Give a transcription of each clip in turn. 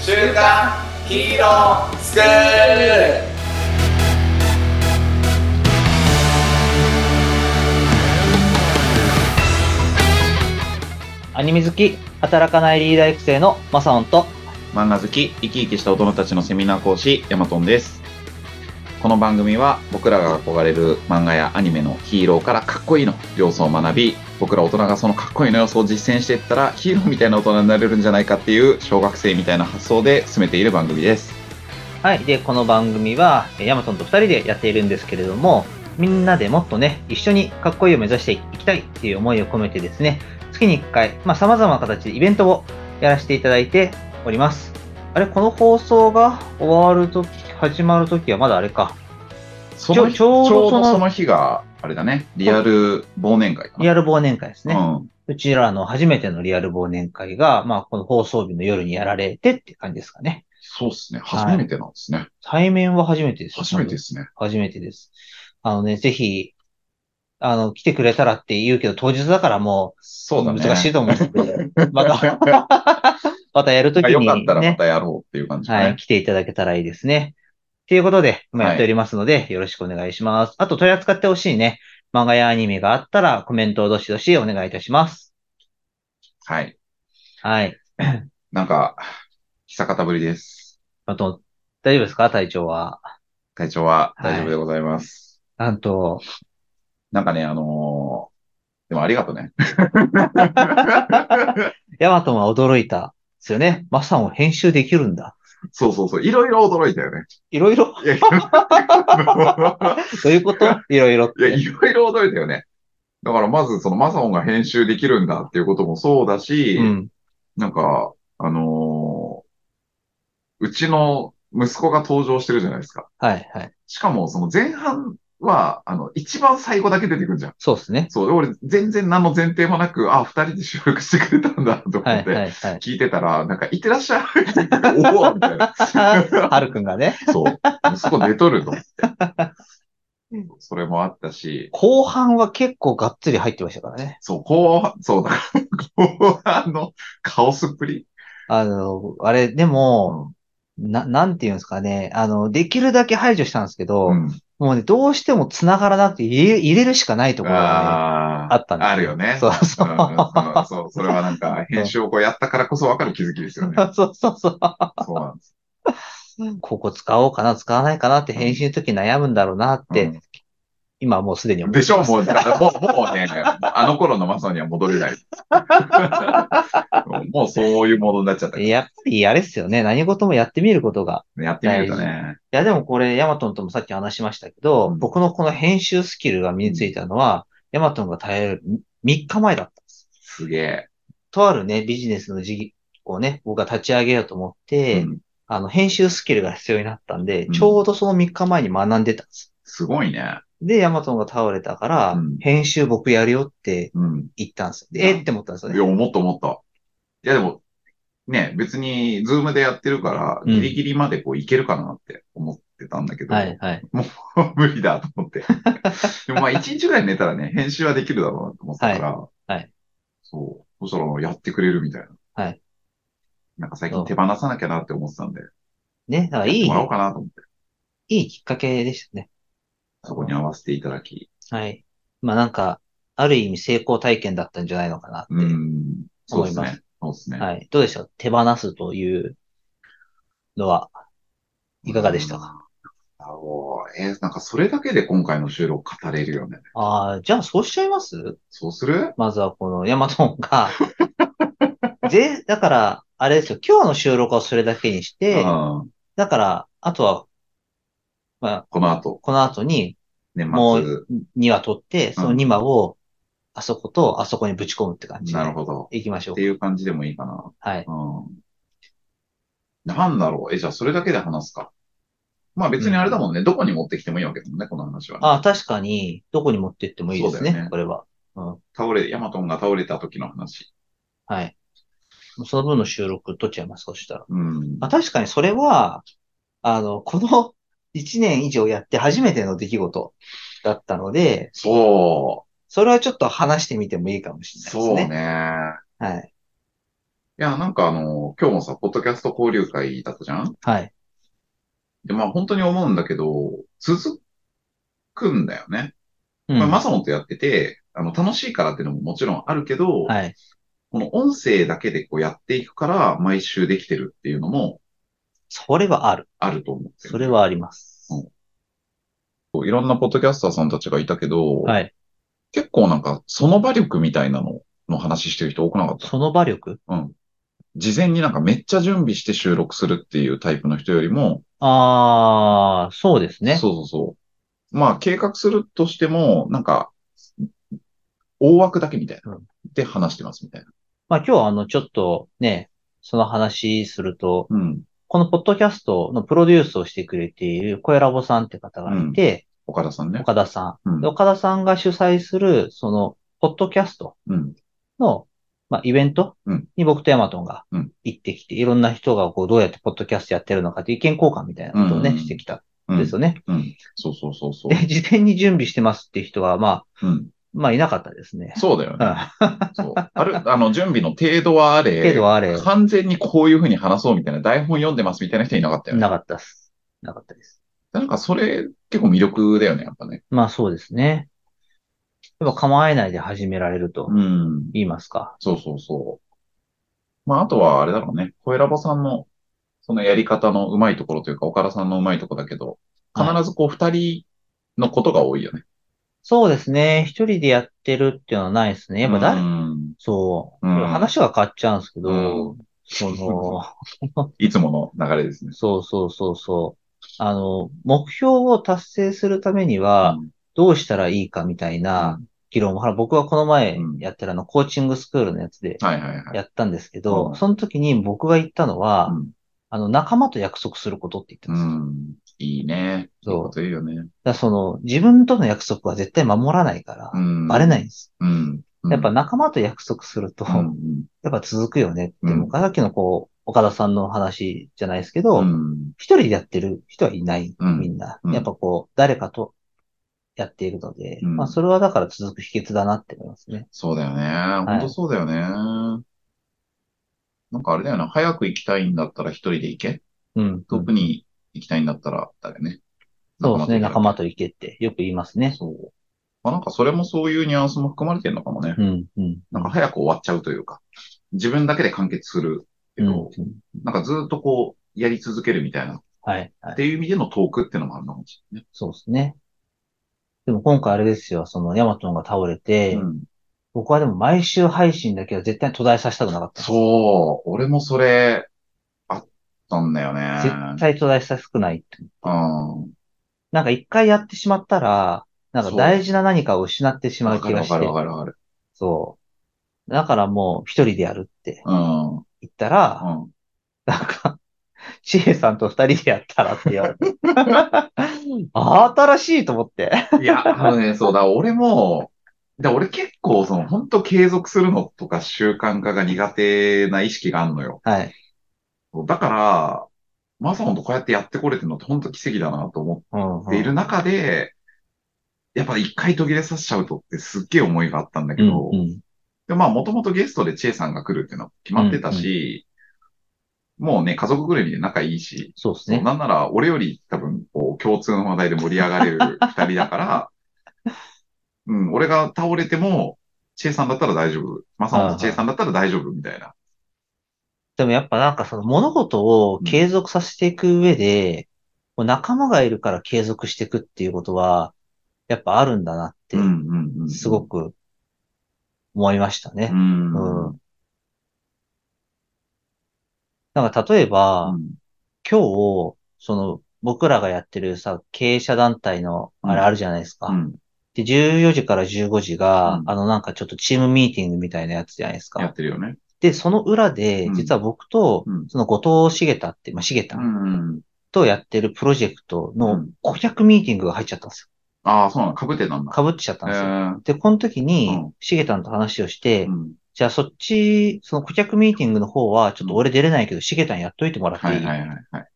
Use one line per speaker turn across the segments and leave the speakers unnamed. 週刊ヒーロースクール
アニメ好き、働かないリーダー育成のマサオンと、
漫画好き、生き生きした大人たちのセミナー講師、ヤマトンです。この番組は僕らが憧れる漫画やアニメのヒーローからかっこいいの要素を学び、僕ら大人がそのかっこいいの要素を実践していったらヒーローみたいな大人になれるんじゃないかっていう小学生みたいな発想で進めている番組です。
はい。で、この番組は、えーヤマトンと二人でやっているんですけれども、みんなでもっとね、一緒にかっこいいを目指していきたいっていう思いを込めてですね、月に1回、まあ、様々な形でイベントをやらせていただいております。あれ、この放送が終わるとき、始まるときはまだあれか、
そ
ちょ
の
ちょうどその
ちその日が、あれだね、リアル忘年会かな。
リアル忘年会ですね。
うん。
うちらの初めてのリアル忘年会が、まあ、この放送日の夜にやられてって感じですかね。
そうですね。
はい
初めてなんですね。
対面は初めてですよ。
初めてですね。
初めてです。あのね、ぜひ、あの、来てくれたらって言うけど、当日だからもう、
そうだね。
難 しいと思うんですけ ど、また、またやるとき
あ
に、
よ
ね、
かったらまたやろうっていう感じだね。
はい、来ていただけたらいいですね。ということで、今やっておりますので、よろしくお願いします。あと、取り扱ってほしいね、漫画やアニメがあったら、コメントをどしどしお願いいたします。
はい。
はい。
なんか、久方ぶりです。
あと、大丈夫ですか体調は。
体調は
はい
大丈夫でございます。
なんと、
なんかね、あのーでもありがとうね。
ヤマトンは驚いた。ですよね。マサンを編集できるんだ。
そうそうそう。いろいろ驚いたよね。
いろいろ
いや、いろいろ
どういうこといろいろっ
いや
て。
いろいろ驚いたよね。だからまず、その、マサオンが編集できるんだっていうこともそうだし、
うん。
なんか、あのーうちの息子が登場してるじゃないですか。
はい、はい。
しかも、その前半は、あの、一番最後だけ出てくるじゃん。
そうですね。
そう、俺、全然何の前提もなく、あ、二人で収録してくれたんだと思
は
っ
い、
て、
はい、はい。
聞いてたら、なんか、いってらっしゃいって言っておおみたいな。
はるくんがね、
そう。息子寝とる と思って。それもあったし、
後半は結構がっつり入ってましたからね。
そう、後半、そうだから、後半のカオスっぷり。
あの、あれ、でも、な、なんていうんですかね、あの、できるだけ排除したんですけど、
うん。
もうね、どうしても繋がらなくて入れ、入れるしかないところがね、
あー
あったんです
あるよね。
そうそう
うんうんうんそう、それはなんか、編集をこうやったからこそわかる気づきです よね。
そうそうそう。
そうなんです。
ここ使おうかな、使わないかなって編集の時悩むんだろうなって、
うん
今はもうすでに思って
でしょ
ます
もう、だからもう、もうね、 あの頃のマサには戻れない。 もうそういうものになっちゃった。
やっぱりあれっすよね。何事もやってみることが
やってみるとね。
いや、でもこれ、ヤマトンともさっき話しましたけど、
うん
僕のこの編集スキルが身についたのは、ヤマトンが耐える3日前だったんです。
すげ
とあるね、ビジネスの事業をね、僕が立ち上げようと思っ
え。
て、
うん
あの、編集スキルが必要になったんで、
うん
ちょうどその3日前に学んでたんです。
すごいね。
で、ヤマトンが倒れたから、
うん
編集僕やるよって
うん。
言ったんですよ。
うん
で、えって思ったんですよ
い
ね。
や、思った思った。いや、でも、ね、別に、ズームでやってるから、
うん
ギリギリまでこういけるかなって思ってたんだけど、
はい、はい。
無理だと思って。 でもまあ、一日ぐらい寝たらね、編集はできるだろうなと思ってたから、
いはい
そう。そしたら、やってくれるみたいな。
はい。
なんか最
そ
近
う
手放さなきゃなって思ってたんで、
ね、だからいい、
もらおうかなと思って、
いいきっかけでしたね。
そこに合わせていただき。
はい。まあなんか、ある意味成功体験だったんじゃないのかなって。
うん。そうです
思いま
ね。そうですね。
はい。どうでした手放すというのは、いかがでしたか
かあのえーなんかそれだけで今回の収録語れるよね。
ああ、じゃあそうしちゃいます
そうする
まずはこのヤマトン が。で、だから、あれですよ。今日の収録をそれだけにし
う
て、
ん。
だから、あとは、まあ、
この後、
この後に、
年
も
末。
う2話取って、その2話を、あそことあそこにぶち込むって感じで。
なるほど。
行きましょ
っ
う
て。いう感じでもいいかな。
はい。
うん。なんだろう。え、じゃあそれだけで話すか。まあ別にあれだもんね。どこに持ってきてもいいわけだもんね、この話はね、
ああ、確かに、どこに持ってってもいいです
そうだよ
ね
ね。
これは。
倒れ、ヤマトンが倒れた時の話。
はい。その分の収録取っちゃいます、そしたら。
うん。
まあ、確かにそれは、あの、この 1年以上やって初めての出来事だったので、
そ
それはちょっと話してみてもいいかもしれない
そう
ですね。
ね。
はい。
いや、なんかあの、今日もさ、ポッドキャスト交流会だったじゃん
はい。
で、まあ本当に思うんだけど、続くんだよね。
うん
まあ、マサモンとやってて、あの、楽しいからっていうのももちろんあるけど、
はい。
この音声だけでこうやっていくから、毎週できてるっていうのも
それはある。
あると思ってる
それはあります。
いろんなポッドキャスターさんたちがいたけど、
はい。
結構なんか、その場力みたいなのの話してる人多くなかった。
その場力
事前になんかめっちゃ準備して収録するっていうタイプの人よりも、
あー、そうですね。
そうそうそう。まあ、計画するとしても、なんか、大枠だけみたいな。
うん
で話してますみたいな。
まあ今日はあの、ちょっとね、その話すると、
うん。
このポッドキャストのプロデュースをしてくれている小ラボさんって方がいて、
岡田さんね。
岡田さ。
うんん
で。岡田さんが主催する、その、ポッドキャスト
うん。
の、まあ、イベント
うん
に僕とヤマトンが
うん
行ってきて、いろんな人がこう、どうやってポッドキャストやってるのかっていう意見交換みたいなことをね、
うん
してきた
うんん。
ですよね。
うん。そうそうそうそう。
で、事前に準備してますっていう人は、まあ、
うん。
まあ、いなかったですね。
そうだよ
う
ね。
ん。
そう。ある、あの、準備の程度はあ れ。
けどあれ、
完全にこういうふうに話そうみたいな、台本読んでますみたいな人いなかったよね。
なかったっす。なかったです。
なんかそれ、結構魅力だよね、やっぱね。
まあそうですね。やっぱ構えないで始められると
うん。
言いますか。
そうそうそう。まあ、あとはあれだろうね。小ラボさんの、そのやり方のうまいところというか、岡田さんのうまいところだけど、
はい
必ずこう二人のことが多いよね。
そうですね。一人でやってるっていうのはないですね。やっぱ誰、
うん
そう。
うん
話は変わっちゃうんですけど、
う
その、
いつもの流れですね。
そうそうそうそう。あの、目標を達成するためには、
うん
どうしたらいいかみたいな議論を、ほら僕はこの前
うん
やってるあの、コーチングスクールのやつで
はいはいはい。
やったんですけど、
うん
その時に僕が言ったのは、
うん
あの、仲間と約束することって言って
う
ます。だか
ん。いいね。
そう
いいこと言うよね。
らその、自分との約束は絶対守らないから、
うん。
バレないんです。
うん。うん。
やっぱ仲間と約束すると、
うん、
やっぱ続くよねって、
うん
さっきのこう、岡田さんの話じゃないですけど、
うん。うん。
一人でやってる人はいない、
うん
みんな。
うん
やっぱこう、誰かとやっているので、
うん
まあそれはだから続く秘訣だなって思いますね。
そうだよね。
い
本当そうだよね。なんかあれだよな。早く行きたいんだったら一人で行け。
うん。
遠くに行きたいんだったら、だよね。
そうですね、仲間
と
と行けってよく言います
行け
ね。
そう。まあなんかそれもそういうニュアンスも含まれてるのかもね。
うん、うん。
なんか早く終わっちゃうというか、自分だけで完結するけ
うん、
ど、
うん
なんかずっとこう、やり続けるみたいな、っ
はい、はい。
ていう意味でのトークってのもあるのかもしれない
そうですね。でも今回あれですよ、そのヤマトンが倒れて、
ね。うん、
僕はでも毎週配信だけは絶対途絶えさせたくなかった。
そう、俺もそれ、あったんだよね。
絶対途絶えさせたくないって。
うん。
なんか一回やってしまったら、なんか大事な何かを失ってしま
わ
う
か
気
る
が
わ
し
かる
て
わ、かるわかる。
そう。だからもう一人でやるって
うん。
言ったら、
うん。
なんか、ちえさんと二人でやったらって言われて。新しいと思って。
いや、あのね、そうだ、俺も、だ俺結構、その、本当継続するのとか習慣化が苦手な意識があるのよ。
はい。
だから、マサモンとこうやってやってこれてるのって本当奇跡だなと思
うん、
っている中で、やっぱ一回途切れさせちゃうとってすっげえ思いがあったんだけ
うん
ど、
うん
でまあ、もともとゲストでチェさんが来るっていうのは決まってたし、もうね、家族ぐるみで仲いいし、
そうです
そう
ね。
なんなら、俺より多分、こう、共通の話題で盛り上が れる二人だから、うん、俺が倒れても、チェさんだったら大丈夫。マサ
はい
モ
は
と
い
チェさんだったら大丈夫、みたいな。
でもやっぱなんかその物事を継続させていく上で、もう仲間がいるから継続していくっていうことは、やっぱあるんだなって
うん、、うん、うん。
すご
く。
く思いましたね
う。ん。
うんなんか例えば、今日、その、僕らがやってるさ、経営者団体の、あれ
うん
あるじゃないですか。
うん
で、14時から15時が、
うん
あの、なんかちょっとチームミーティングみたいなやつじゃないです
やっ
か。
てるよね。
で、その裏で
う、ん
実は僕と、
うん
その後藤茂太って、まあ、茂太
うんうん。
とやってるプロジェクト
う
の
ん
顧客ミーティングが入っちゃったんです
ああ、そうなの。かぶってたん
よ。
だ。
かぶっちゃったんですよ。
え
で、この時に
うん、
茂太と話をして、
ーうん
じゃあそっち、その顧客ミーティングの方は、ちょっと俺出れないけど、茂太にやっといてもらってい
はいいはいはいはい。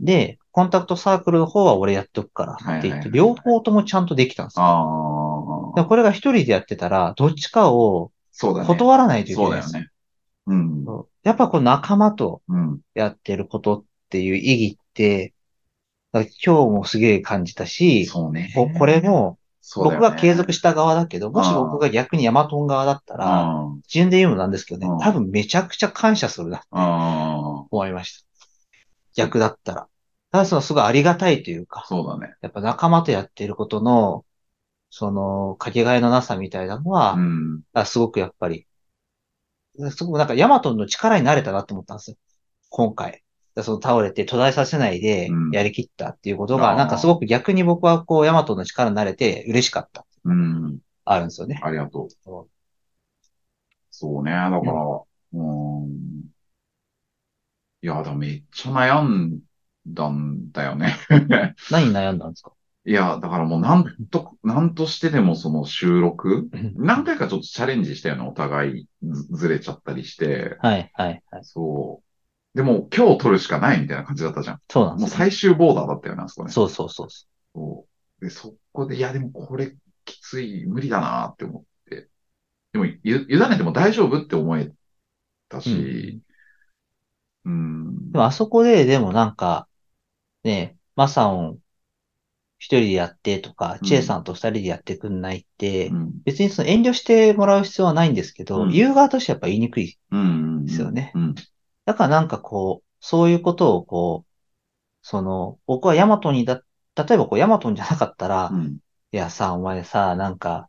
で、コンタクトサークルの方は俺やっとくからって言って、
はいはいはい
両方ともちゃんとできたんですよ。
ああ。あ
だからこれが一人でやってたら、どっちかを
そうだね。
断らないといけ
そう
な
だ
いです。
よね。うん。
そうやっぱこう仲間と
うん。
やってることっていう意義って、だから今日もすげえ感じたし、
そうね。
ここれも、
そうだ
僕
よね、
が継続した側だけど、もし僕が逆にヤマトン側だったら、
うん。うん。
自分で言うのなんですけどね
うん、
多分めちゃくちゃ感謝するな、思いました。逆だったら。ただそのすごいありがたいというか、
そうだね。
やっぱ仲間とやってることの、その、かけがえのなさみたいなのは、
うん。
あすごくやっぱり、すごくなんかヤマトンの力になれたなと思ったんですよ。今回。だその倒れて途絶えさせないで
うん
やりきったっていうこと
あ
が、
ー
なんかすごく逆に僕はこうヤマトンの力になれて嬉しかった。
うん。
あるんですよね。
ありがとう。
そ
そうね。だから、うん。いや、でもめっちゃ悩んだんだよね。
う何に悩んだんですか
いや、だからもうなんと、なんとしてでもその収録、何
で
回かちょっとチャレンジしたよね、お互いずずれちゃったりして。
はい、はい、はい。
そう。でも今日撮るしかないみたいな感じだったじゃん。
そうなん
も
で
う
すよね、
最終ボーダーだったよね、あそこね。
そうそうそうそ
そう。で、そこで、いや、でもこれきつい、無理だなって思って。でも、ゆ、委ねても大丈夫って思えた
う。うん
し、うん。
でもあそこで、でもなんか、ね、マサオン一人でやってとか、
うん
チエさんと二人でやってくんないって、
うん。
別にその遠慮してもらう必要はないんですけど、
うん
言う側としてやっぱ言いにくい。
うん。
ですよね
うん。
だからなんかこう、そういうことをこう、その、僕はヤマトにだ、例えばこうヤマトンじゃなかったら、
うん。
いやさ、お前さ、なんか、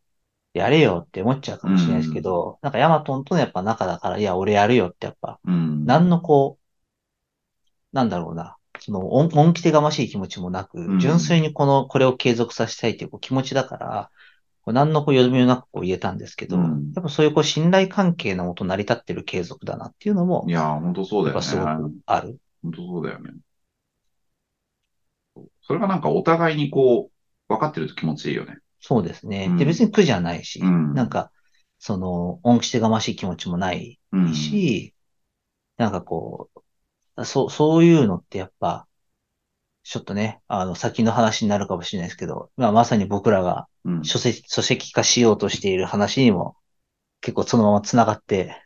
やれよって思っちゃうかもしれないですけど、なんかヤマトンとのやっぱ仲だから、いや、俺やるよってやっぱ、
うん。
何のこう、なんだろうな、その、恩恩着てがましい気持ちもな
う
く、
ん
純粋にこの、これを継続させたいというこう気持ちだから、こう何のこう、よどみもなくこう言えたんですけど、
うん
やっぱそういうこう、信頼関係のもと成り立ってる継続だなっていうのも
い、やー、ほんとそう
や
だ
っ
よ
ぱ
ね。
すごくある。
本当そうだよね。それがなんかお互いにこう、分かってると気持ちいいよね。
そうですね
う。ん
で、別に苦じゃないし、
うん
なんか、その、恩着てがましい気持ちもない
うん。
し、なんかこう、そう、そういうのってやっぱ、ちょっとね、あの、先の話になるかもしれないですけど、まあ、まさに僕らが
うん。
書籍、書籍化しようとしている話にも、結構そのまま繋がって、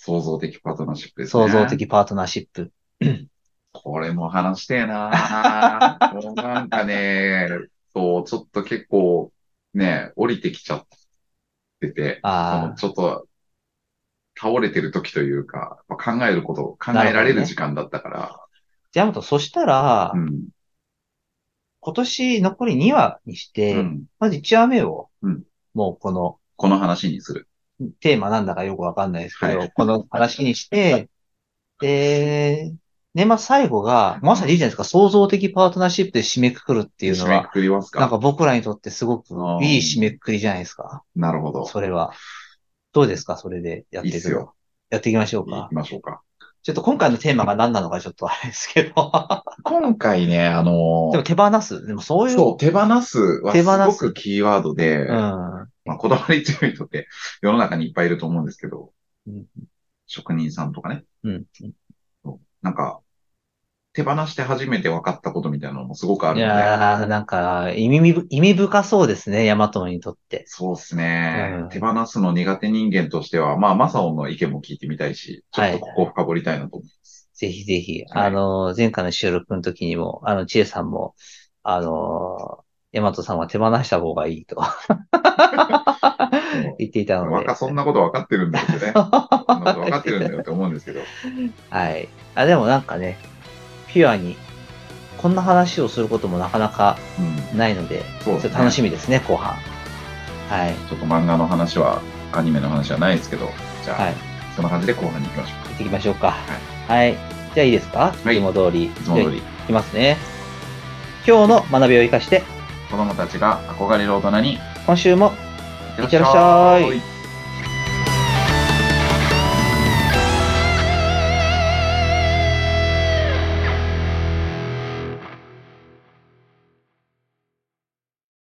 創造的パートナーシップですね。
創造的パートナーシップ。
これも話して えなーもうなんかね、そう、ちょっと結構、ね、降りてきちゃってて、あ
あ
のちょっと、倒れてる時というか、まあ考えること、考えられる時間だったから、
あ。じゃあ、あと、そしたら、今年残り2話にし
う
て、
ん、うん。
まず1話目を、
うん
もうこの、
この話にする。
テーマなんだかよくわかんないですけど、
は
この話にして、で、年末最後が、まさにいいじゃないですか、創造的パートナーシップで締めくくるっていうの
締め
は
く、くりますか
なんか僕らにとってすごく
うん
いい締めくくりじゃないですか、
なるほど。
それは。どうですか、それでやってい
いいっ
く
すよ
の。やっていきましょう
行
か
き。ましょうか。
ちょっと今回のテーマが何なのかちょっとあれですけど。
今回ね、あのー
でも手放す。でもそういう。
そう、手放すは
手放す
すごくキーワード
う
で、
ん。
まあ、こだわり強い人って世の中にいっぱいいると思うんですけど、
うん
職人さんとかね、
うん。
なんか、手放して初めて分かったことみたいなのもすごくある
い
ので、
やー、なんか、意味ぶ、意味深そうですね、ヤマトにとって。
そうですね、
うん
手放すの苦手人間としては、まあ、マサオの意見も聞いてみたいし、ちょっ
は
と
い
ここを深掘りたいなと思います。
ぜひぜひ、
はい
あの、前回の収録の時にも、あの、ちえさんも、あの、ヤマトさんは手放した方がいいと 言っていたので。
若そんなこと分かってるんだよってね。そんなこと分かってるんだよって思うんですけど。
はい。あ、でもなんかね、ピュアに、こんな話をすることもなかなか
うん。
ないので、
そうです
ちょ
ね
っと楽しみですね、後半。はい。
ちょっと漫画の話は、アニメの話はないですけど、じゃあ、
はい。
そんな感じで後半に行きましょう
行ってきましょうか。はい。じゃあいいですか
はい
いつも通り。い
いつも通り、
行きますね。今日の学びを生かして、
子供たちが憧れる大人に、
今週もいってらっしゃい
いってらっしゃい。